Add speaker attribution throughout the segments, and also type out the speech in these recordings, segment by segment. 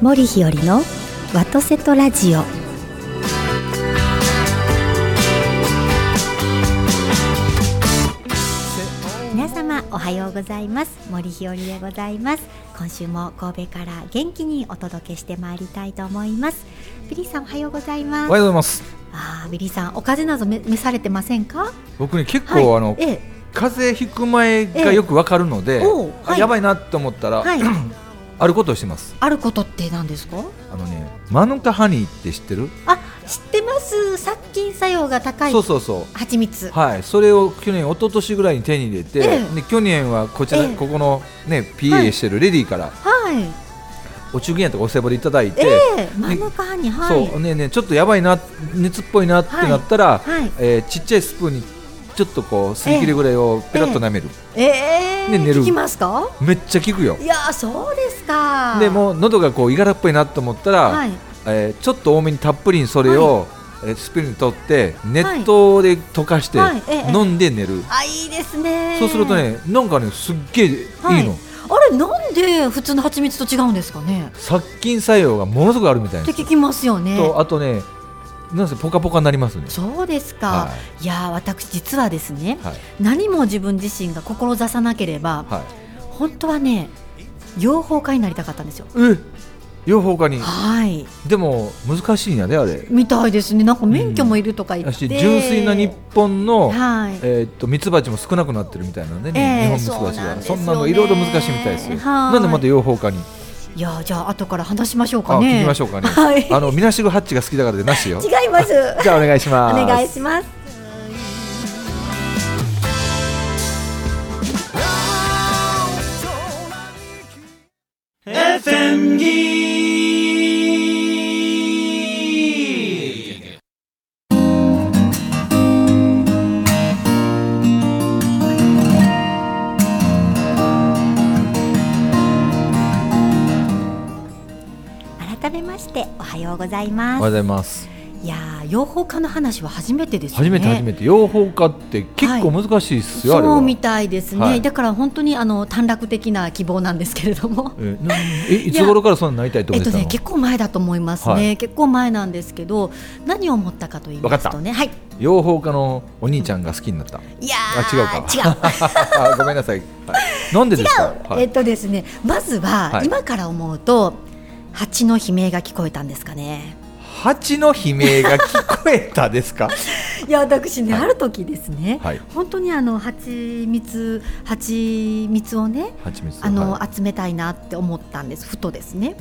Speaker 1: 森日和のワトセトラジオ皆様おはようございます森日和でございます今週も神戸から元気にお届けしてまいりたいと思いますビリーさんおはようございます
Speaker 2: おはようございます。
Speaker 1: ああビリーさんお風邪などめ召されてませんか
Speaker 2: 僕ね結構、
Speaker 1: はい
Speaker 2: あの
Speaker 1: ええ
Speaker 2: 風邪ひく前がよくわかるので、
Speaker 1: ええおう
Speaker 2: あ
Speaker 1: はい
Speaker 2: やばいなと思ったら、
Speaker 1: はい
Speaker 2: あることをしてます。
Speaker 1: あることって何ですか
Speaker 2: あのねマヌカハニーって知ってる？
Speaker 1: あ知ってます殺菌作用が高い
Speaker 2: そうそうそう。
Speaker 1: 蜂蜜
Speaker 2: はい、それを去年、一昨年ぐらいに手に入れて、
Speaker 1: ええ
Speaker 2: で去年はこちら、
Speaker 1: ええ
Speaker 2: ここの、ね、
Speaker 1: は
Speaker 2: PA
Speaker 1: い
Speaker 2: してるレディーから、
Speaker 1: はい
Speaker 2: お中元やとかお歳暮でいただいて、
Speaker 1: ええ真ん中にはい
Speaker 2: そうねえねえちょっとやばいな、熱っぽいなってなったら、
Speaker 1: はい
Speaker 2: えーちっちゃいスプーンにちょっとこう、すり切れぐらいをペラッと舐める、
Speaker 1: ええ
Speaker 2: で寝る
Speaker 1: 聞きますか
Speaker 2: めっちゃ効くよ。
Speaker 1: いやーそうですか
Speaker 2: でもう喉がこういがらっぽいなと思ったら、
Speaker 1: はい
Speaker 2: えーちょっと多めにたっぷりにそれを、えースプーンに取って熱湯で溶かして、
Speaker 1: はいええ
Speaker 2: 飲んで寝る、
Speaker 1: あいいですね
Speaker 2: そうするとねなんかねすっげえいいの、
Speaker 1: はいあれなんで普通の蜂蜜と違うんですかね
Speaker 2: 殺菌作用がものすごくあるみたい
Speaker 1: っ
Speaker 2: な
Speaker 1: て聞きますよね
Speaker 2: とあとねなんせポカポカになりますね
Speaker 1: そうですか、、
Speaker 2: はい
Speaker 1: やー私実はですね
Speaker 2: はい
Speaker 1: 何も自分自身が志さなければ
Speaker 2: はい
Speaker 1: 本当はね養蜂家になりたかったんですよ
Speaker 2: え養蜂家に
Speaker 1: はい
Speaker 2: でも難しいんやであれ
Speaker 1: みたいですねなんか免許もいるとか言
Speaker 2: だ
Speaker 1: って、
Speaker 2: し純粋な日本の、
Speaker 1: はい
Speaker 2: えーっとミツバチも少なくなってるみたいなんでね、
Speaker 1: ええ
Speaker 2: 日本ミツバチが
Speaker 1: そ
Speaker 2: そ,、
Speaker 1: うなんですよね
Speaker 2: んなのいろいろ難しいみたいですよ
Speaker 1: はい
Speaker 2: なんでまた養蜂家に
Speaker 1: いやーじゃあ後から話しましょう
Speaker 2: あ
Speaker 1: かね
Speaker 2: 聞きましょうかね、
Speaker 1: はい
Speaker 2: あのみなしごハッチが好きだからでなしよ
Speaker 1: 違います
Speaker 2: じゃあお願いし
Speaker 1: お
Speaker 2: ます
Speaker 1: 願いします改めましておはようござい
Speaker 2: おはよう
Speaker 1: ま
Speaker 2: ご
Speaker 1: す
Speaker 2: ざいます
Speaker 1: いやー養蜂家の話は初めてですよね
Speaker 2: 初めて初めて養蜂家って結構難しいっすよ、あれ
Speaker 1: そう
Speaker 2: は
Speaker 1: みたいですね、
Speaker 2: はい
Speaker 1: だから本当にあの短絡的な希望なんですけれども
Speaker 2: えなえいつ頃からそんなになりたいと
Speaker 1: え
Speaker 2: 思
Speaker 1: っ
Speaker 2: っ
Speaker 1: と
Speaker 2: てたの、
Speaker 1: ね、結構前だと思いますね、
Speaker 2: はい
Speaker 1: 結構前なんですけど何を思ったかと言いますとねはい
Speaker 2: 養蜂家のお兄ちゃんが好きになった、
Speaker 1: いや
Speaker 2: あ
Speaker 1: ー
Speaker 2: 違うかごめんなさい、はい、なんでですか
Speaker 1: 違 う、
Speaker 2: はい
Speaker 1: えっとですねまずは、
Speaker 2: はい
Speaker 1: 今から思うと蜂の悲鳴が聞こえたんですかね
Speaker 2: 蜂の悲鳴が聞こえたです か
Speaker 1: いや私ね、
Speaker 2: はい
Speaker 1: ある時ですね、
Speaker 2: はい
Speaker 1: 本当にあの蜂蜜蜂蜜をね
Speaker 2: 蜂蜜
Speaker 1: あの、
Speaker 2: はい
Speaker 1: 集めたいなって思ったんですふとですね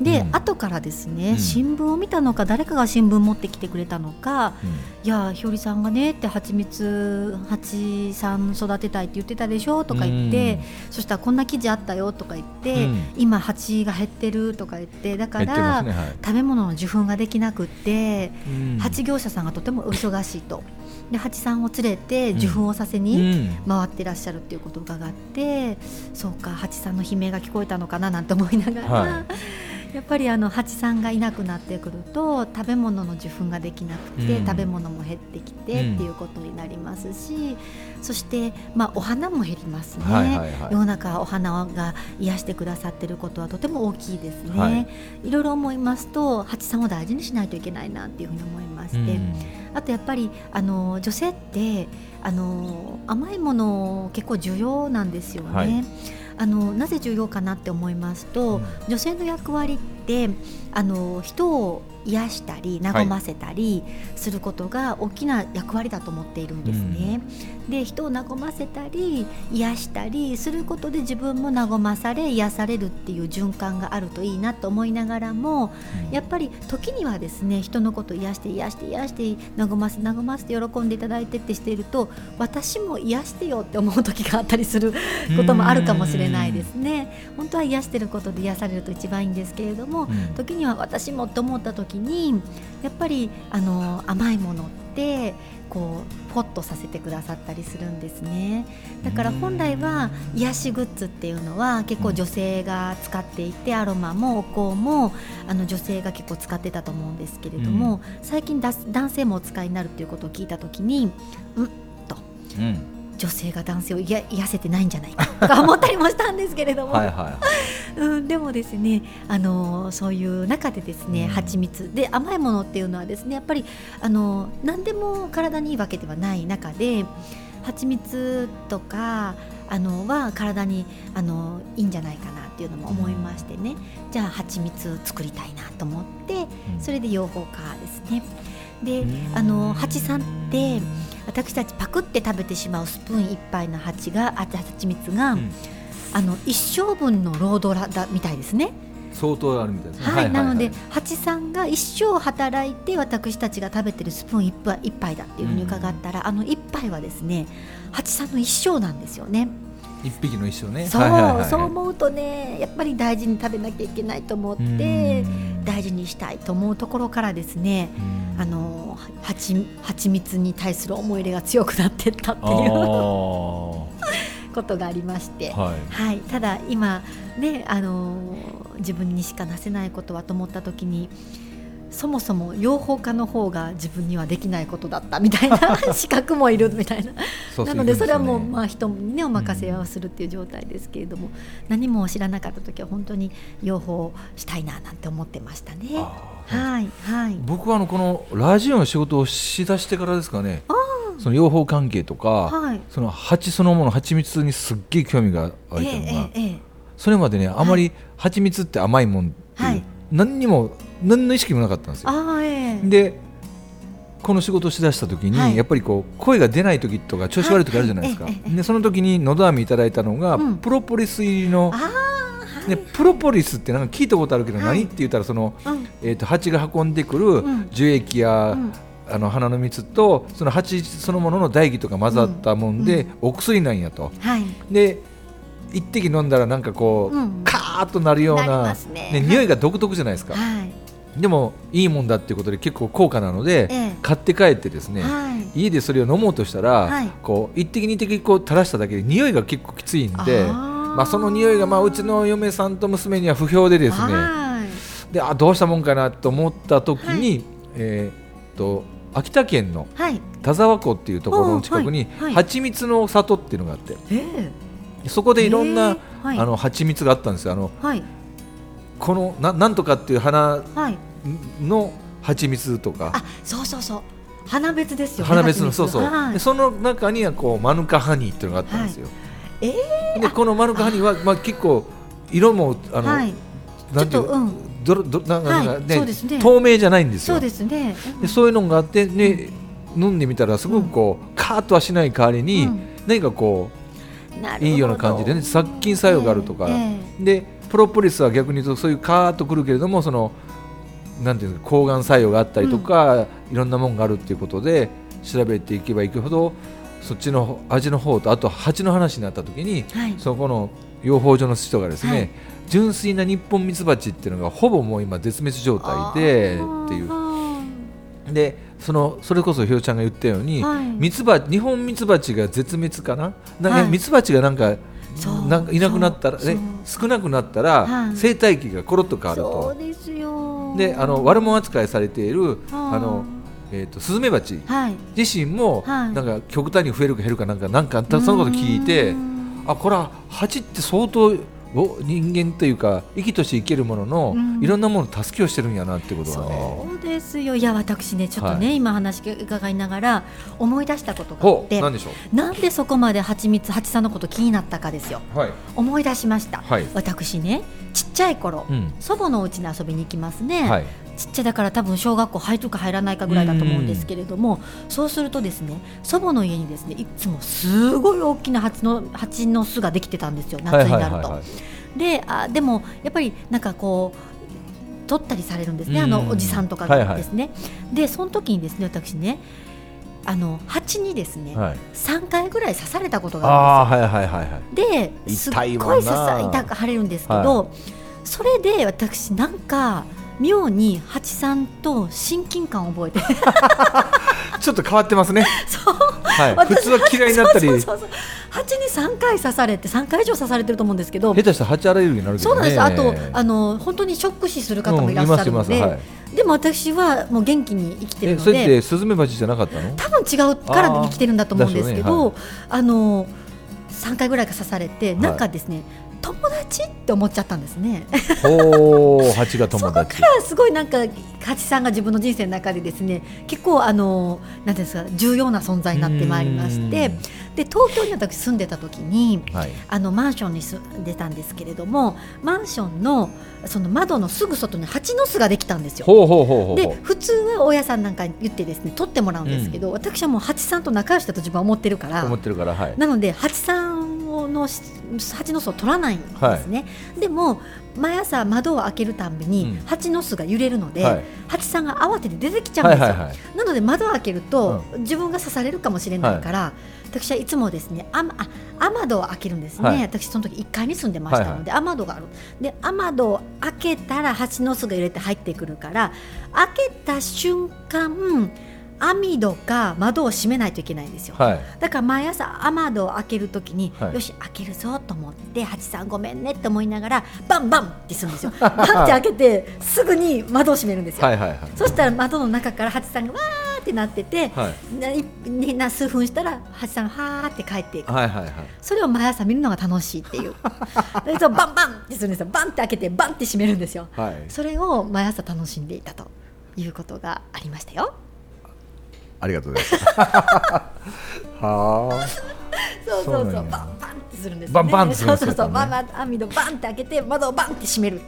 Speaker 1: で、
Speaker 2: うん
Speaker 1: 後からですね、
Speaker 2: うん
Speaker 1: 新聞を見たのか誰かが新聞持ってきてくれたのか
Speaker 2: うん
Speaker 1: いやーひよりさんがねって蜂蜜蜂さん育てたいって言ってたでしょとか言ってそしたらこんな記事あったよとか言って、
Speaker 2: うん
Speaker 1: 今蜂が減ってるとか言ってだ
Speaker 2: うん、
Speaker 1: か
Speaker 2: やってま
Speaker 1: ら、
Speaker 2: すねはい
Speaker 1: 食べ物の受粉ができなくって、
Speaker 2: うん
Speaker 1: 蜂業者さんがとてもお忙しいとで蜂さんを連れて受粉をさせ
Speaker 2: う
Speaker 1: に
Speaker 2: ん
Speaker 1: 回ってらっしゃるっていうことを伺って、そうか蜂さんの悲鳴が聞こえたのかななんて思いながら、
Speaker 2: は
Speaker 1: やっぱりあの蜂さんがいなくなってくると食べ物の受粉ができなくて、
Speaker 2: うん
Speaker 1: 食べ物も減ってきて
Speaker 2: うん
Speaker 1: っていうことになりますし、そして、まあ、お花も減りますね。
Speaker 2: はいはいはい
Speaker 1: 世の中お花が癒してくださってることはとても大きいですね、、
Speaker 2: はい
Speaker 1: ろいろ思いますと蜂さんを大事にしないといけないなっていうふうに思いまして、
Speaker 2: うん
Speaker 1: あとやっぱりあの女性ってあの甘いもの結構重要なんですよね。
Speaker 2: はい
Speaker 1: あのなぜ重要かなって思います
Speaker 2: う
Speaker 1: と、
Speaker 2: ん
Speaker 1: 女性の役割ってあの人を癒したり和ませたりすることが大きな役割だと思っているんですね。で人を和ませたり癒したりすることで自分も和まされ癒されるっていう循環があるといいなと思いながらも、やっぱり時にはですね人のことを癒して癒して癒して和ます和ますって喜んでいただいてってしていると私も癒してよって思う時があったりすることもあるかもしれないですね本当は癒してることで癒されると一番いいんですけれども
Speaker 2: うん
Speaker 1: 時には私もと思った時にやっぱりあの甘いものってこうポッとさせてくださったりするんですねだから本来は癒しグッズっていうのは結構女性が使っていてアロマもお香もあの女性が結構使ってたと思うんですけれども、最近だ男性もお使いになるっていうことを聞いた時に
Speaker 2: うん
Speaker 1: 女性が男性を癒や癒やせてないんじゃないかとか思ったりもしたんですけれども、
Speaker 2: はいはいはい
Speaker 1: うん、でもですね、あのそういう中でですね、蜂蜜で甘いものっていうのはですね、やっぱりあの何でも体にいいわけではない中で、蜂蜜とかあのは体にあのいいんじゃないかなっていうのも思いましてね、うん、じゃあ蜂蜜を作りたいなと思って、それで養蜂家ですね。で、あの蜂さんって私たちパクって食べてしまうスプーン1杯の蜂が蜂蜜が、うんあの一生分の労働だみたいですね。
Speaker 2: 相当あるみたいですね。
Speaker 1: はい、はいはいはい、なので、八さんが一生働いて、私たちが食べてるスプーン一杯、一杯だっていうふうに伺ったら、うん、あの一杯はですね。八さんの一生なんですよね。
Speaker 2: 一匹の一生ね。
Speaker 1: そう、はいはいはい、そう思うとね、やっぱり大事に食べなきゃいけないと思って。大事にしたいと思うところからですね。あの、蜂、蜂蜜に対する思い入れが強くなってったっていう。ことがありまして、はい、はい、ただ今ねあのー、自分にしかなせないことはと思った時にそもそも養蜂家の方が自分にはできないことだったみたい な資格もいるみたいななのでそれはもうまあ人にねお任せをするっていう状態ですけれども、うん、何も知らなかった時は本当に養蜂したいななんて思ってましたね。はいはい、
Speaker 2: 僕はあのこのラジオの仕事をしだしてからですかねその養蜂関係とか、はい、その蜂そのもの蜂蜜にすっげえ興味が湧いたのが、えええ、それまでねあまり蜂蜜って甘いもんっていう、はい、何にも何の意識もなかったんですよ。でこの仕事をしだした時に、はい、やっぱりこう声が出ない時とか調子悪い時あるじゃないですか、でその時にのど飴いただいたのが、うん、プロポリス入りの。でプロポリスってなんか聞いたことあるけど何、って言ったらその、うん、えーと、と蜂が運んでくる樹液や、うんあの花の蜜とその蜂そのものの唾液とか混ざったもんで、うんうん、お薬なんやと、はい、で一滴飲んだらなんかこう、うん、カーッとなるようなね、ね、匂いが独特じゃないですか、はい、でもいいもんだっていうことで結構高価なので、ええ、買って帰ってですね、はい、家でそれを飲もうとしたら、はい、こう一滴二滴こう垂らしただけで匂いが結構きついんでまあ、その匂いが、まあ、うちの嫁さんと娘には不評でですねであどうしたもんかなと思った時に、はい、えー、と秋田県の田沢湖っていうところの近くに蜂蜜の里っていうのがあって、そこでいろんな、あの蜂蜜があったんですよあの、このななんとかっていう花の蜂蜜とか、
Speaker 1: そうそうそう花別ですよ
Speaker 2: 花別のそうそう、でその中にはこうマヌカハニーっていうのがあったんですよ、ええでこのマヌカハニーはまあ、結構色もあの、なんていう、どどなんか、はい、ね、ね、透明じゃないんですよ。
Speaker 1: そうですね。
Speaker 2: うん、でそういうのがあってね、うん、飲んでみたらすごくこう、うん、カーッとはしない代わりに、うん、何かこういいような感じでね殺菌作用があるとか、えーえー、でプロポリスは逆に言うとそういうカーッとくるけれどもそのなんていう抗がん作用があったりとか、いろんなもんがあるっていうことで調べていけばいくほどそっちの味の方とあと蜂の話になった時に、はい、そこの養蜂所の人がですね、はい純粋な日本ミツバチっていうのがほぼもう今絶滅状態でっていうでそのそれこそひよちゃんが言ったように、はい、ミツバ日本ミツバチが絶滅かなな、はい、ミツバチがなんかなんかいなくなったら、ね、少なくなったら、はい、生態系がころっと変わると
Speaker 1: そうですよ
Speaker 2: であの悪者扱いされているあのえーと、とスズメバチ自身も、なんか極端に増えるか減るかなんかなんかそのこと聞いてあこれは蜂って相当を人間というか生きとして生きるものの、うん、いろんなもの助けをしてるんやなってことが
Speaker 1: ね。そうですよいや私ねちょっとね、はい、今話伺いながら思い出したことがあって
Speaker 2: なんでしょ
Speaker 1: うなんでそこまで蜂蜜蜂さんのこと気になったかですよ、はい、思い出しました、はい、私ねちっちゃい頃、うん、祖母のうちに遊びに行きますね、ちっちゃいだから多分小学校入るか入らないかぐらいだと思うんですけれども、うそうするとですね祖母の家にですねいつもすごい大きな蜂の蜂の巣ができてたんですよ夏になると。であでもやっぱりなんかこう取ったりされるんですねあのおじさんとかですね。はいはい、でその時にですね私ねあの蜂にですね、はい、3回ぐらい刺されたことがあるんですよ。はいはいはいはい、ですっごい刺さ痛く腫れるんですけど、はい、それで私なんか。妙に八さんと親近感を覚えて
Speaker 2: ちょっと変わってますね。
Speaker 1: そう、
Speaker 2: はい、普通は嫌いになっ たり、そうそうそう
Speaker 1: 蜂に三回刺されて三回以上刺されてると思うんですけど、
Speaker 2: 下手したら蜂アレルギーになる、ね、
Speaker 1: そうなんです。あとあの本当にショック死する方もいらっしゃるので、うんはい、でも私はもう元気に生きてるので、
Speaker 2: それってスズメバチじゃなかったの？
Speaker 1: 多分違うから生きてるんだと思うんですけど、あ,ね、はい、あの三回ぐらいが刺されて、なんかですね。友達達って思っちゃったんですね。
Speaker 2: ほう、蜂が 友
Speaker 1: 達。からすごいなんか蜂さんが自分の人生の中でですね、結構あのなんですか重要な存在になってまいりまして、で東京に私住んでた時に、はい、あのマンションに住んでたんですけれども、マンションのその窓のすぐ外に蜂の巣ができたんですよ。
Speaker 2: ほうほうほうほう
Speaker 1: で普通は大家さんなんか言ってですね取ってもらうんですけど、うん、私はもう蜂さんと仲良しだと自分は思ってるから。
Speaker 2: 思ってるから、はい、
Speaker 1: なので蜂さんの蜂の巣を取らないんですね、はい、でも毎朝窓を開けるたびに蜂の巣が揺れるので、うん、蜂さんが慌てて出てきちゃうんですよ、なので窓を開けると、自分が刺されるかもしれないから、うん、私はいつもですねああ雨戸を開けるんですね、はい、私その時1階に住んでましたので、はいはい、雨戸があるで雨戸を開けたら蜂の巣が揺れて入ってくるから開けた瞬間網戸か窓を閉めないといけないんですよ、はい、だから毎朝雨戸を開けるときに、はい、よし開けるぞと思ってハチさんごめんねって思いながらバンバンってするんですよ バンって開けてすぐに窓を閉めるんですよ、はいはいはい、そしたら窓の中からハチさんがわーってなってて、はい、な数分したらハチさんがはーって帰っていく、はいはいはい、それを毎朝見るのが楽しいって いうでそうバンバンってするんですよバンって開けてバンって閉めるんですよ、 はい、それを毎朝楽しんでいたということがありましたよ。
Speaker 2: ありがとうございます。 は
Speaker 1: あ。そうそうそう、バンバンってするんです、ね。
Speaker 2: バンバンって
Speaker 1: するんです、ね。そうそうそう、バンバン、網戸バンって開けて、窓をバンって閉める。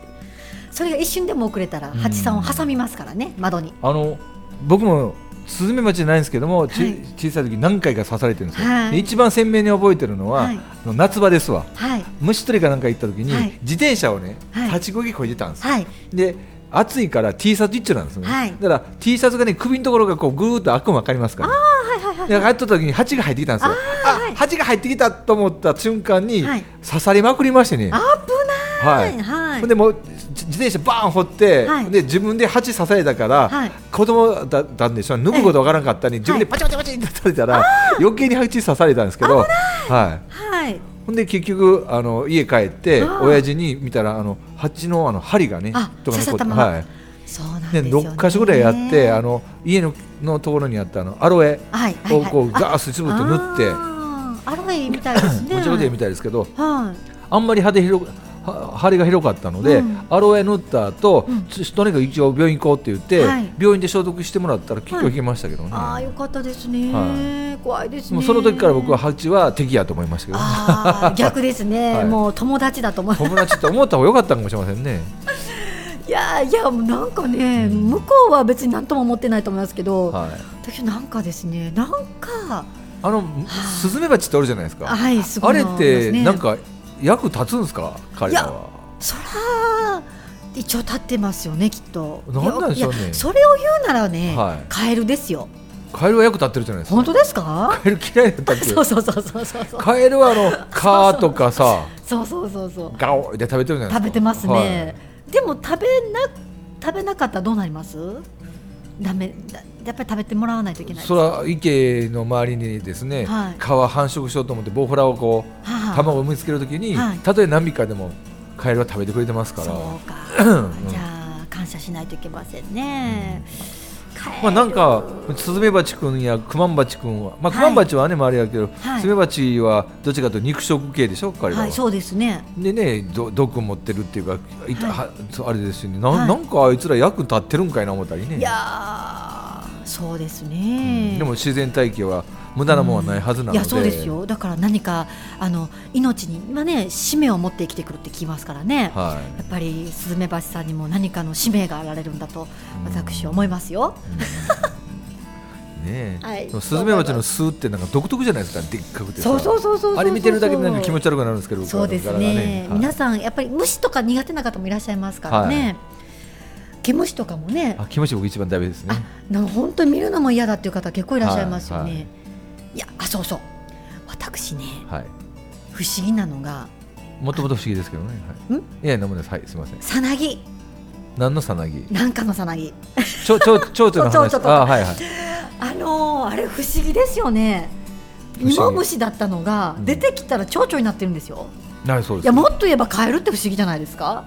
Speaker 1: それが一瞬でも遅れたら、蜂さんを挟みますからね、窓に。
Speaker 2: あの、僕も。スズメバチじゃないんですけども、ち、はい、小さい時何回か刺されてるんですよ、はい、一番鮮明に覚えてるのは、はい、夏場ですわ、はい、虫取りかなんか行った時に、自転車をね、立ちこぎこいでたんですよ、で暑いから T シャツ一丁なんですね、はい、だから T シャツがね首のところがこうぐーっと開くの分かりますから、ね、はいはいはい、で入った時に蜂が入ってきたんですよあ、はい、蜂が入ってきたと思った瞬間に、はい、刺さりまくりましてね、
Speaker 1: 危ない、はい
Speaker 2: でも自転車バーン掘って、で自分で蜂刺されたから、はい、子供だったんでしょ脱ぐこと分からなかったに、自分でパチパチパチって刺されたら余計に蜂刺されたんですけどはいほんで結局あの家帰って親父に見たらあの蜂のあの針がね
Speaker 1: とか残って、はい、そうなんで、ね、
Speaker 2: 6箇所ぐらいやってあの家ののところにあったあのアロエをこうガースつぶと塗って、
Speaker 1: アロエみたいですね。、
Speaker 2: もちろんみたいですけど、はい、あんまり派手広針が広かったので、うん、アロエ塗った後、うん、とにかく一応病院行こうって言って、はい、病院で消毒してもらったら結構引きましたけどね、はい
Speaker 1: ああよかったですね、はい、怖いですね
Speaker 2: もうその時から僕は蜂は敵やと思いましたけど、ね、
Speaker 1: あ逆です ね、もう友達だと思
Speaker 2: 友達って思った方がよかったかもしれませんね
Speaker 1: いやいやなんかね、うん、向こうは別に何とも思ってないと思いますけど、私なんかですねなんか
Speaker 2: あのスズメバチってあるじゃないですか、はい、すごい、ね、あれってなんか役立つんですか彼らは
Speaker 1: そら一応立ってますよねきっと
Speaker 2: なんでしょうね
Speaker 1: それを言うならね、はい、カエルですよ
Speaker 2: カエルは役立ってるじゃないですか
Speaker 1: 本当ですか
Speaker 2: カエル嫌いだったっけ
Speaker 1: そうそうそうそうそう
Speaker 2: カエルはあのカとかさ
Speaker 1: そうそうそうそう
Speaker 2: ガオで食べてるじゃない
Speaker 1: 食べてますね、はい、でも食べな食べなかったらどうなりますダメやっぱり食べてもらわないといけない
Speaker 2: それは池の周りにですね、はい、蚊繁殖しようと思ってボウフラをこう、はは卵を産みつけるときに、はい、たとえ何匹かでもカエルは食べてくれてますから
Speaker 1: そうかうん、じゃあ感謝しないといけませんね、
Speaker 2: うん、まあ、なんかスズメバチ君やクマンバチ君は、まあ、クマンバチはね、はい、周りやけど、はい、スズメバチはどっちかというと肉食系でしょ彼らは、はい、
Speaker 1: そうですね
Speaker 2: でね毒持ってるっていうかいた、はい、あれですよねな,、なんかあいつら役立ってるんかいな思ったりね
Speaker 1: いやそうですね、
Speaker 2: うん、でも自然体系は無駄なものはないはずなので、
Speaker 1: うん、いやそうですよだから何かあの命に、まあね、使命を持って生きてくるって聞きますからね、はい、やっぱりスズメバチさんにも何かの使命があられるんだと私は思いますよ。
Speaker 2: うん、ねはい、スズメバチの巣ってなんか独特じゃないですか、でっかくて
Speaker 1: そうそうそうそう
Speaker 2: あれ見てるだけでなんか気持ち悪くなるんですけど、
Speaker 1: そうですね、ねはい、皆さん、やっぱり虫とか苦手な方もいらっしゃいますからね、毛虫とかもね。
Speaker 2: あ、毛虫僕一番ダメですね。
Speaker 1: な本当に見るのも嫌だっていう方結構いらっしゃいますよね。はいはい、いや、あ、そうそう。私ね、はい、不思議なのが。
Speaker 2: もともと不思議ですけどね。はい、いや、なんもです。はい、すみません。
Speaker 1: さなぎ。
Speaker 2: 何のさなぎ。
Speaker 1: なんかのさなぎ。
Speaker 2: ちょ、ちょ、ちょうちょの話。あ、はいはい。
Speaker 1: あのー、あれ不思議ですよね。芋虫だったのが、出てきたら蝶々になってるんですよ。
Speaker 2: なそうです。
Speaker 1: いや、もっと言えばカエルって不思議じゃないですか。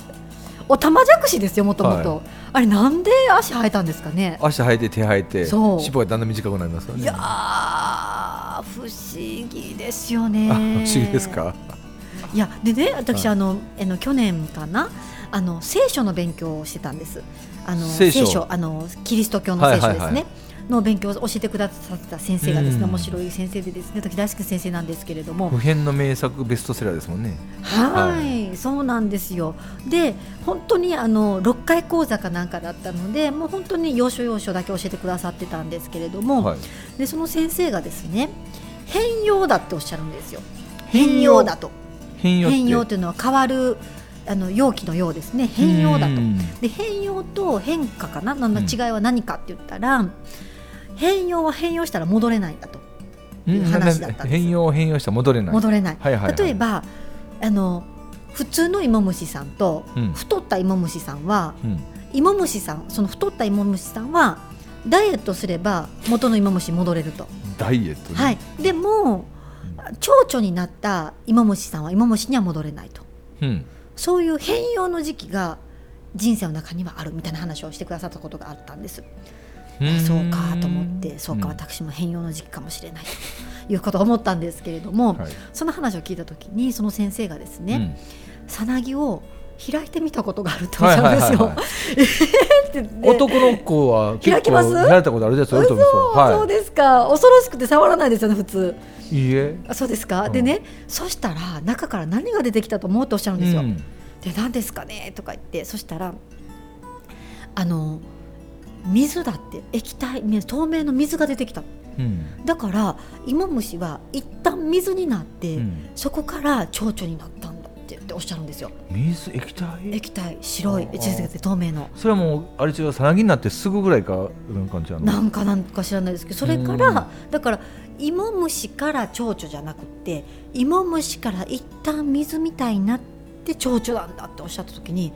Speaker 1: おたまじゃくしですよもともと、はい、あれなんで足生えたんですかね
Speaker 2: 足生えて手生えてそう尻尾がだんだん短くなりますよね
Speaker 1: いや不思議ですよね
Speaker 2: 不思議ですか
Speaker 1: いやでね私、あのあの去年かなあの聖書の勉強をしてたんですあの聖書あのキリスト教の聖書ですね、の勉強を教えてくださった先生がですね、面白い先生でですね時大輔先生なんですけれども
Speaker 2: 普遍の名作ベストセラーですもんね
Speaker 1: はいそうなんですよで本当にあの6回講座かなんかだったのでもう本当に要所要所だけ教えてくださってたんですけれども、はい、でその先生がですね変容だっておっしゃるんですよ変容だと
Speaker 2: 変容
Speaker 1: 変容というのは変わるあの容器のようですね変容だとで変容と変化かな何の違いは何かって言ったら、うん変容は変容したら戻れないんだという話だったんです
Speaker 2: 変容変容したら戻れない
Speaker 1: 戻れない,はいはいはい、例えばあの普通の芋虫さんと、うん、太った芋虫さんは、うん、芋虫さんその太った芋虫さんはダイエットすれば元の芋虫戻れると
Speaker 2: ダイエット、ね、
Speaker 1: はい、でも蝶々になった芋虫さんは芋虫には戻れないと、うん、そういう変容の時期が人生の中にはあるみたいな話をしてくださったことがあったんです。そうかと思ってそうか私も変容の時期かもしれないということを思ったんですけれども、はい、その話を聞いた時にその先生がですね、うん、さなぎを開いてみたことがあるとおっしゃるんですよ。
Speaker 2: 男の子は結構開いたことあるですよ。
Speaker 1: そうそうですか。恐ろしくて触らないですよね普通。
Speaker 2: いいえ。
Speaker 1: そうですか。でね、そしたら中から何が出てきたと思うとおっしゃるんですよ。うん、で何ですかねとか言ってそしたらあの水だって液体透明の水が出てきた、うん、だから芋虫は一旦水になって、うん、そこから蝶々になったんだっておっしゃるんですよ
Speaker 2: 水液体
Speaker 1: 液体白い透明の
Speaker 2: それはもうあれ違うさなぎになってすぐぐらいかなんか
Speaker 1: なんかなんか知らないですけどそれから、だから芋虫から蝶々じゃなくて芋虫から一旦水みたいになって蝶々なんだっておっしゃった時に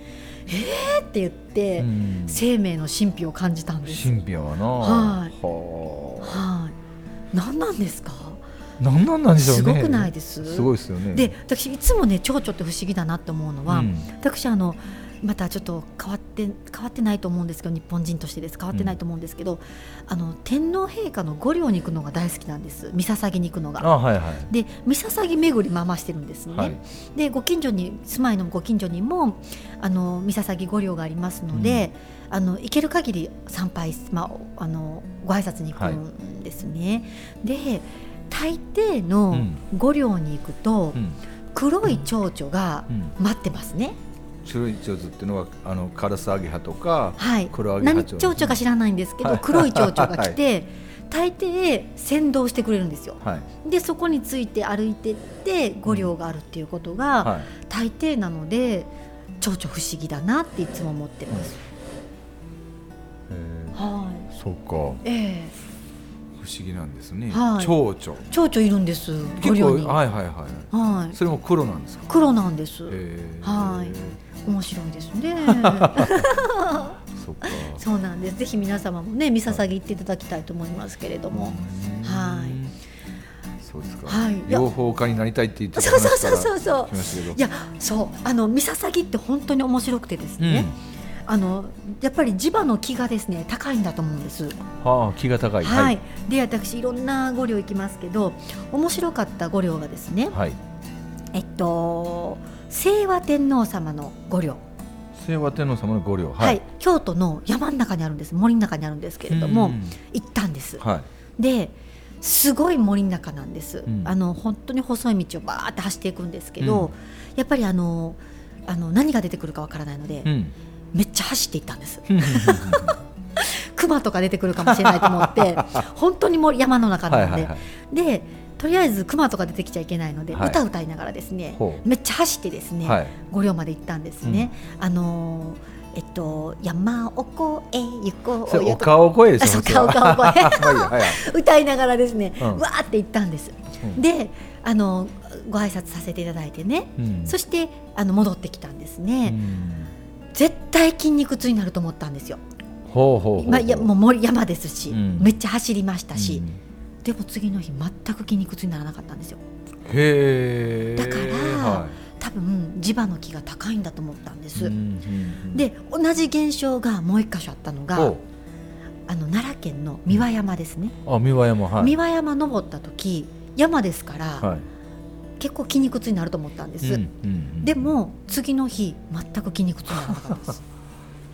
Speaker 1: えーって言って、うん、生命の神秘を感じたんです
Speaker 2: 神秘やな
Speaker 1: はいはい何なんですか
Speaker 2: 何なんなんでしょう、ね、
Speaker 1: すごくないです
Speaker 2: すごいですよね
Speaker 1: で私いつもね蝶々って不思議だなと思うのは、うん、私あのまたちょっと変わって変わってないと思うんですけど日本人としてです変わってないと思うんですけど、うん、あの天皇陛下の御陵に行くのが大好きなんです三笹に行くのが。
Speaker 2: あはいはい、
Speaker 1: で三笹巡りまましてるんですね。はい、でご近所に住まいのご近所にもあの三笹御陵がありますので、うん、あの行ける限り参拝、まあ、あのご挨拶に行くんですね。はい、で大抵の御陵に行くと、うん、黒い蝶々が待ってますね。
Speaker 2: 白い蝶々っていうのはあのカラスアゲハとか、
Speaker 1: はい、
Speaker 2: 黒ア
Speaker 1: ゲハ蝶々、ね、か知らないんですけど、はい、黒い蝶々が来て、はい、大抵先導してくれるんですよ。はい、でそこについて歩いてって五稜があるっていうことが、大抵なので蝶々不思議だなっていつも思ってます。
Speaker 2: えー、はい。そうか。
Speaker 1: ええー
Speaker 2: 不思議なんですね。はい、蝶々。
Speaker 1: 蝶々いるんです。
Speaker 2: 結構はいはいはい。はい。それも黒なんです
Speaker 1: 黒なんです。はい。面白いです ね。
Speaker 2: そ,
Speaker 1: そうなんです。ぜひ皆様もね、三笹行っていただきたいと思いますけれども。はい。
Speaker 2: そうですか。はい。養蜂家になりたいって言って
Speaker 1: そうそうそうそうそう。いや、そう、あの三笹って本当に面白くてですね。うんあのやっぱり磁場の木がですね高いんだと思うんです。
Speaker 2: はあ、木が高い。
Speaker 1: はい。はい、で私いろんな五稜行きますけど面白かった五稜がですね。はい。えっと清和天皇様の五稜。
Speaker 2: 清和天皇様の五稜、
Speaker 1: はい、はい、京都の山の中にあるんです森の中にあるんですけれども行ったんです。 はい。で。すごい森の中なんです、うん、あの本当に細い道をバーって走っていくんですけど、うん、やっぱりあのあの何が出てくるかわからないので、うんめっちゃ走っていったんです。熊とか出てくるかもしれないと思って 本当にもう山の中なので、でとりあえず熊とか出てきちゃいけないので、はい、歌歌いながらですねめっちゃ走ってですね、はい、5両まで行ったんですね。うん、あのー、えっと、山を越え行こうよ
Speaker 2: と顔声です
Speaker 1: よ顔声 歌いながらですね、うん、わーって行ったんです、うん、であのご挨拶させていただいてね、うん、そしてあの戻ってきたんですね、絶対筋肉痛になると思ったんですよ。
Speaker 2: ほうほうほう
Speaker 1: まあ、やもう森山ですし、うん、めっちゃ走りましたし、うん、でも次の日全く筋肉痛にならなかったんですよ。
Speaker 2: へ
Speaker 1: だから、はい、多分磁場の木が高いんだと思ったんです。で同じ現象がもう一箇所あったのがあの奈良県の三輪山ですね。
Speaker 2: あ三輪山、はい、
Speaker 1: 三輪山登った時山ですから、はい、結構筋肉痛になると思ったんです、うんうんうん、でも次の日全く筋肉痛にならなかったです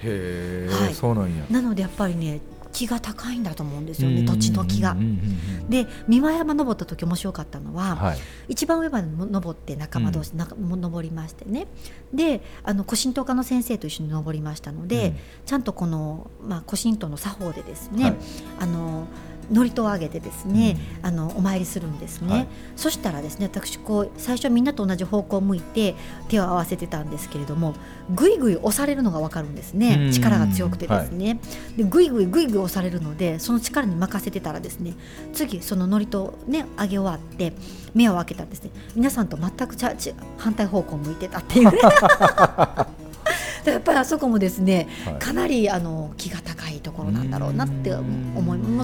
Speaker 2: へえ、はい、そうなんや
Speaker 1: なのでやっぱりね気が高いんだと思うんですよね、土地の気が。で三輪山登った時面白かったのは、はい、一番上まで登って仲間同士、うん、な登りましてねであの古神道家の先生と一緒に登りましたので、うん、ちゃんとこの、まあ、古神道の作法でですね、はい、あの祝詞をあげてですね、うん、あのお参りするんですね、はい、そしたらですね私こう最初みんなと同じ方向を向いて手を合わせてたんですけれどもぐいぐい押されるのが分かるんですね力が強くてですね、はい、でぐいぐいぐいぐい押されるのでその力に任せてたらですね次その祝詞をねあげ終わって目を開けたんですね皆さんと全くちゃち反対方向を向いてたっていうやっぱりあそこもですね、はい、かなりあの気が高いところなんだろうなって思いもも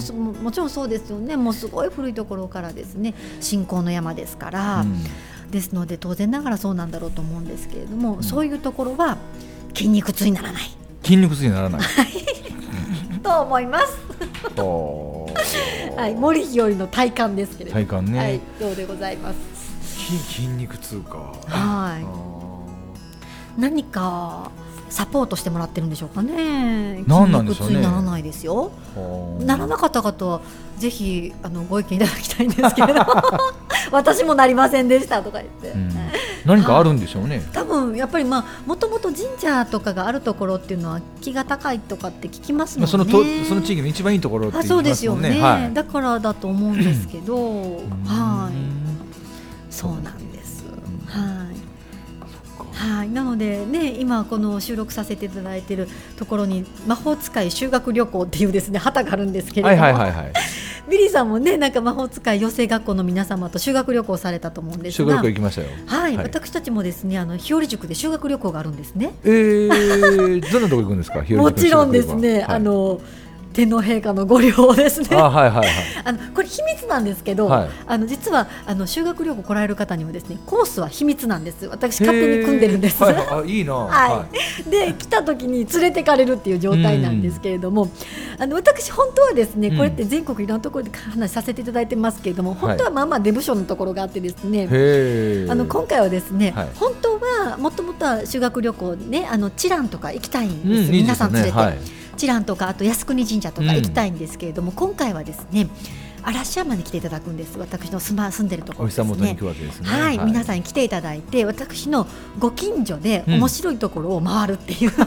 Speaker 1: ちろんそうですよねもうすごい古いところからですね信仰の山ですから、ですので当然ながらそうなんだろうと思うんですけれども、うん、そういうところは筋肉痛にならない
Speaker 2: 筋肉痛にならない
Speaker 1: と思います。 はい、森日和の体感ですけれど、
Speaker 2: 体感ね、はい
Speaker 1: どうでございます
Speaker 2: 筋肉痛か
Speaker 1: はい何かサポートしてもらってるんでしょうかね。
Speaker 2: なんなんでしょうね。
Speaker 1: ならないですよ。ならなかった方はぜひあのご意見いただきたいんで すけど、私もなりませんでしたとか言って。うん、
Speaker 2: 何かあるんでしょうね。
Speaker 1: 多分やっぱりまあもともと神社とかがあるところっていうのは気が高いとかって聞きますもんね。。
Speaker 2: そのとその地域の一番いいところって言いますもんね。そうですよね、はい
Speaker 1: だからだと思うんですけど、はい。そうなんです。はい。はい、なので、ね、今この収録させていただいているところに魔法使い修学旅行っていうですね旗があるんですけれども、はいはいはいはい、ビリーさんもねなんか魔法使い養成学校の皆様と修学旅行されたと思うんです
Speaker 2: 修学旅行行きましたよ、
Speaker 1: はい、はい、私たちもですねあの日和塾で修学旅行があるんですね。
Speaker 2: え ー、どんなとこ行くんですか
Speaker 1: もちろんですね、はい、あの天皇陛下のご旅行ですね。あ、
Speaker 2: はいはい、
Speaker 1: のこれ秘密なんですけど、はい、あの実はあの修学旅行来られる方にもですねコースは秘密なんです。私勝手に組んでるんです。
Speaker 2: はい、あいいな。
Speaker 1: はい。で来た時に連れてかれるっていう状態なんですけれども、あの私本当はですねこれって全国いろんなところで話させていただいてますけれども、うん、本当はまあまあ出部署のところがあってですね、はい、あの今回はですね、本当はもともとは修学旅行ねあのチランとか行きたいんです。うん、皆さん連れて。いい知覧とかあと靖国神社とか行きたいんですけれども、うん、今回はですね嵐山に来ていただくんです私の住,、ま、住んでるところですね、ね、はい、はい、皆さんに来ていただいて私のご近所で面白いところを回るっていう、うん、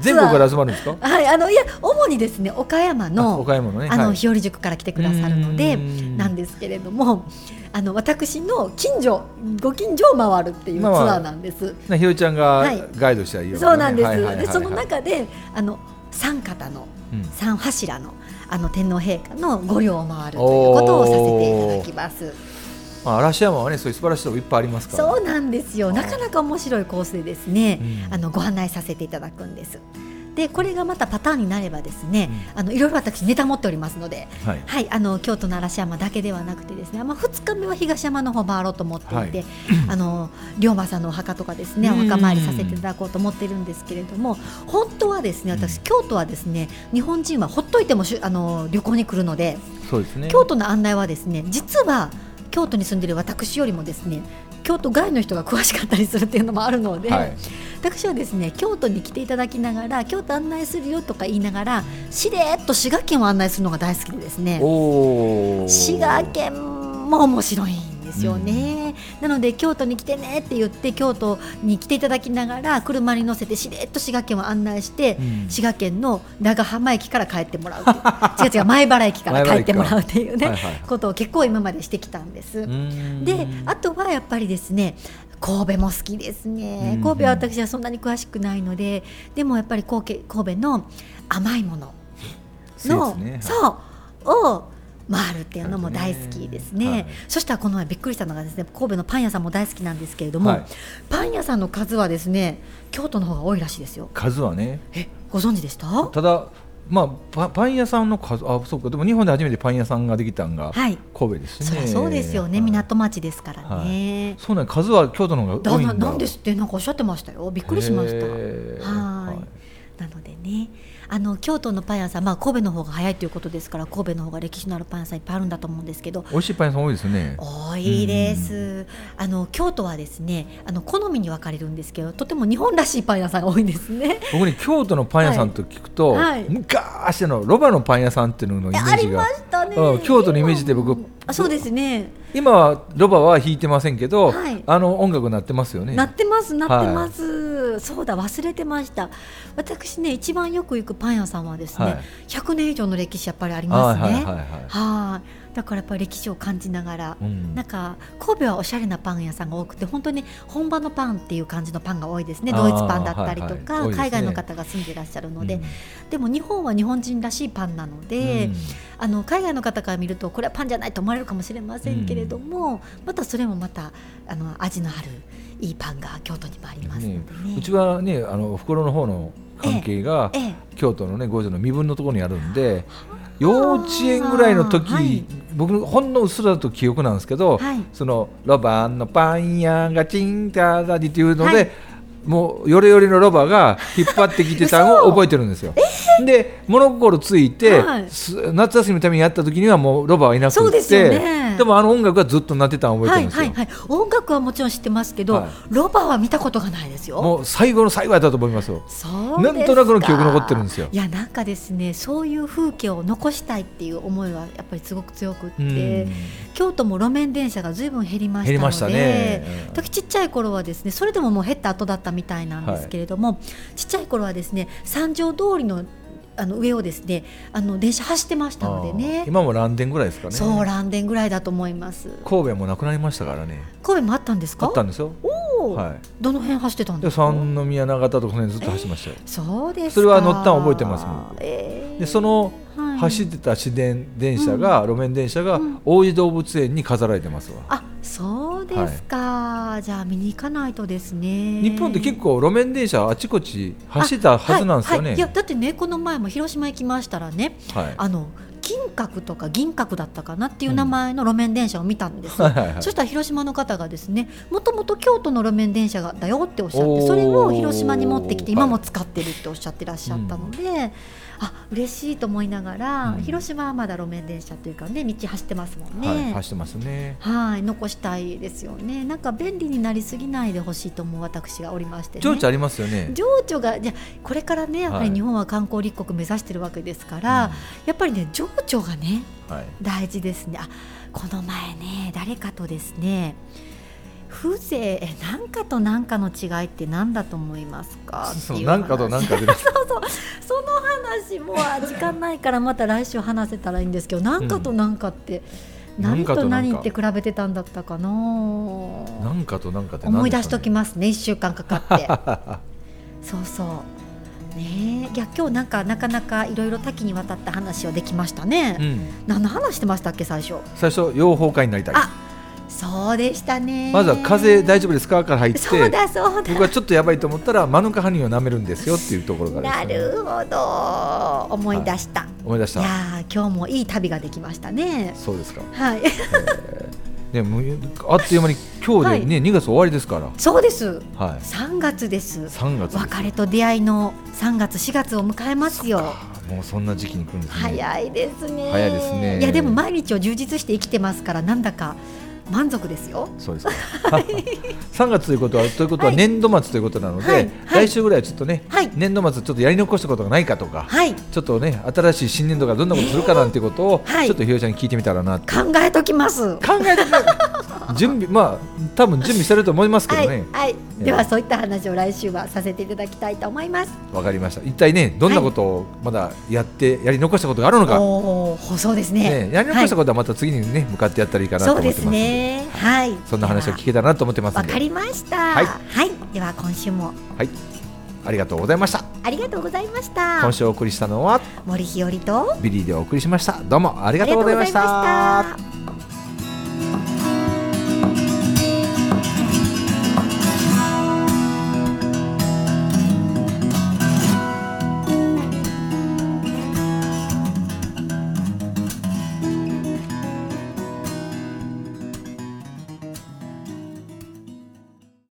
Speaker 2: 全国から集まるんですか。
Speaker 1: はい、あのいや主にですね岡山の
Speaker 2: 岡山のね、
Speaker 1: あの日和塾から来てくださるのでなんですけれども、あの私の近所ご近所を回るっていうツアーなんです。
Speaker 2: まあ、ひろちゃんがガイドしたらいいよ、ね
Speaker 1: はい、そうなんです。はいはいはいはい、でその中であの三方の、三柱のあの天皇陛下の御陵を回るということをさせていただきます。
Speaker 2: まあ、嵐山はねそういう素晴らしいとこいっぱいありますから、
Speaker 1: ね、そうなんですよなかなか面白いコースでですね、うん、あのご案内させていただくんですでこれがまたパターンになればですね、うん、あのいろいろ私ネタ持っておりますので、はい、はい、あの京都の嵐山だけではなくてですね、まあ、2日目は東山の方回ろうと思っていて、はい、 あの龍馬さんのお墓とかですねお墓参りさせていただこうと思ってるんですけれども本当はですね私、うん、京都はですね日本人はほっといてもしあの旅行に来るので
Speaker 2: そうです、ね、
Speaker 1: 京都の案内はですね実は京都に住んでいる私よりもですね京都外の人が詳しかったりするっていうのもあるので、はい、私はですね京都に来ていただきながら京都案内するよとか言いながらしれっと滋賀県を案内するのが大好きでですね滋賀県も面白いんですよね、うん、なので京都に来てねって言って京都に来ていただきながら車に乗せてしれっと滋賀県を案内して、うん、滋賀県の長浜駅から帰ってもらう違う違う前原駅から帰ってもらうっていう ね、はいはい、ことを結構今までしてきたんです。であとはやっぱりですね神戸も好きですね神戸は私はそんなに詳しくないのででもやっぱり神戸の甘いものの、ね、そうを回るっていうのも大好きですね、はい、そしたらこの前びっくりしたのがですね神戸のパン屋さんも大好きなんですけれども、はい、パン屋さんの数はですね京都の方が多いらしいですよ
Speaker 2: 数はね
Speaker 1: えご存知でした
Speaker 2: ただまあ、パン屋さんの数あそうかでも日本で初めてパン屋さんができたんが、はい、神戸ですね
Speaker 1: そうですよね、港町ですからね、
Speaker 2: そうなん数は京都の方が多いん
Speaker 1: だなんですってなんかおっしゃってましたよびっくりしましたはいなのでねあの京都のパン屋さん、まあ、神戸の方が早いということですから神戸の方が歴史のあるパン屋さんいっぱいあるんだと思うんですけど
Speaker 2: 美味しいパン屋さん多いですね
Speaker 1: 多いです、うん、あの京都はですねあの好みに分かれるんですけどとても日本らしいパン屋さんが多いんですね
Speaker 2: 僕ね京都のパン屋さんと聞くと、はいはい、昔のロバのパン屋さんっていうののイメージが
Speaker 1: あ、ね、
Speaker 2: 京都のイメージで僕
Speaker 1: あそうですね
Speaker 2: 今はロバは弾いてませんけど、はい、あの音楽なってますよね
Speaker 1: なってますなってます、はい、そうだ忘れてました私ね一番よく行くパン屋さんはですね、はい、100年以上の歴史やっぱりありますねはいだからやっぱり歴史を感じながら、うん、なんか神戸はおしゃれなパン屋さんが多くて本当に本場のパンっていう感じのパンが多いですねドイツパンだったりとか、はいはいね、海外の方が住んでいらっしゃるので、うん、でも日本は日本人らしいパンなので、うん、あの海外の方から見るとこれはパンじゃないと思われるかもしれませんけれども、またそれもまたあの味のあるいいパンが京都にもあります、ねね、、
Speaker 2: うちはねあの袋の方の関係が、えええ、京都のね五条の身分のところにあるんで。幼稚園ぐらいの時、はい、僕ほんのうっすらと記憶なんですけど、はい、そのロバのパン屋がチンタダディっていうので、はい、もうよれよれのロバが引っ張ってきてたのを覚えてるんですよ。えー、で物心ついて、夏休みのためにやった時にはもうロバはいなくてで、ね,、もあの音楽がずっと鳴ってたのを覚えてるんですよ、はいはいはい
Speaker 1: 音楽はもちろん知ってますけど、ロバは見たことがないですよ
Speaker 2: もう最後の最後やったと思いますよなんとなくの記憶残ってるんですよ
Speaker 1: いやなんかですねそういう風景を残したいっていう思いはやっぱりすごく強くって京都も路面電車がずいぶん減りましたのでしたね、うん、時ちっちゃい頃はですねそれでももう減った後だったみたいなんですけれども、はい、ちっちゃい頃はですね三条通りのあの上をですねあの電車走ってましたのでね
Speaker 2: 今も蘭電ぐらいですかね
Speaker 1: そう蘭電ぐらいだと思います
Speaker 2: 神戸もなくなりましたからね
Speaker 1: 神戸もあったんですか
Speaker 2: あったんですよ
Speaker 1: おお、はい、どの辺走ってたんです
Speaker 2: か三宮永田とかそのずっと走ってましたよ、
Speaker 1: えー、そうです
Speaker 2: それは乗ったん覚えてますもん、えー、でその走ってた市電電車が、うん、路面電車が、うん、大井動物園に飾られてますわ、
Speaker 1: あそうですか、はい、じゃあ見に行かないとですね
Speaker 2: 日本って結構路面電車あちこち走ったはずなんですよね、
Speaker 1: はいはい、いやだってねこの前も広島行きましたらね、あの金閣とか銀閣だったかなっていう名前の路面電車を見たんです、うんはいはいはい、そしたら広島の方がですねもともと京都の路面電車がだよっておっしゃってそれを広島に持ってきて今も使ってるっておっしゃってらっしゃったので、はい、うん、あ嬉しいと思いながら、うん、広島はまだ路面電車というかね道走ってますもんね、
Speaker 2: はい、走ってますね
Speaker 1: はい残したいですよねなんか便利になりすぎないでほしいと思う私がおりまして、ね、
Speaker 2: 情緒ありますよね
Speaker 1: 情緒がじゃこれからねやっぱり日本は観光立国目指してるわけですから、はい、やっぱりね情情緒がね、はい、大事ですねあこの前ね誰かとですね風情え何かと何かの違いって何だと思いますか
Speaker 2: そう何かと何か
Speaker 1: そう そうその話も時間ないからまた来週話せたらいいんですけど何かと何かって、うん、何と何って比べてたんだったかな
Speaker 2: 何かと何かって、ね、
Speaker 1: 思い出しときますね1週間かかって そうそうねいや今日なんかなかなかいろいろ多岐にわたった話をできましたね、うん、何の話してましたっけ最初
Speaker 2: 最初養蜂家になりたい
Speaker 1: そうでしたね
Speaker 2: まずは風邪大丈夫ですかから入って
Speaker 1: そうだそうだ
Speaker 2: 僕はちょっとやばいと思ったらマヌカハニーを舐めるんですよっていうところが、
Speaker 1: ね、なるほど思い出した、はい、
Speaker 2: 思い出したい
Speaker 1: や今日もいい旅ができましたね
Speaker 2: そうですか
Speaker 1: はい、
Speaker 2: ね、もうあっという間に今日でね、はい、2月終わりですから
Speaker 1: そうです、はい、3月です
Speaker 2: 3月
Speaker 1: 別れと出会いの3月4月を迎えますよ
Speaker 2: もうそんな時期に来るんですね
Speaker 1: 早いですね
Speaker 2: 早いですね
Speaker 1: いやでも毎日を充実して生きてますからなんだか満足ですよ。
Speaker 2: そう です。はい、3月ということはということは年度末ということなので、はい、来週ぐらいはちょっとね、はい、年度末ちょっとやり残したことがないかとか、はい、ちょっとね新しい新年度がどんなことするかなんてことを、えー、ちょっとひよちゃんに聞いてみたらな考
Speaker 1: えときます。
Speaker 2: 考えときます。 準備まあ多分準備されると思いますけどね。
Speaker 1: はい。ではそういった話を来週はさせていただきたいと思います。
Speaker 2: わかりました。一体ねどんなことをまだやってやり残したことがあるのか。
Speaker 1: おおそうですね、
Speaker 2: ね、やり残したことはまた次にね、向かってやったらいいかなと思ってます。そうですね。
Speaker 1: はい。
Speaker 2: そんな話を聞けたなと思ってます
Speaker 1: わかりました、はい。はい。では今週も。
Speaker 2: はい。ありがとうございました。
Speaker 1: ありがとうございました。
Speaker 2: 今週お送りしたのは
Speaker 1: 森日和と
Speaker 2: ビリーでお送りしました。どうもありがとうございました。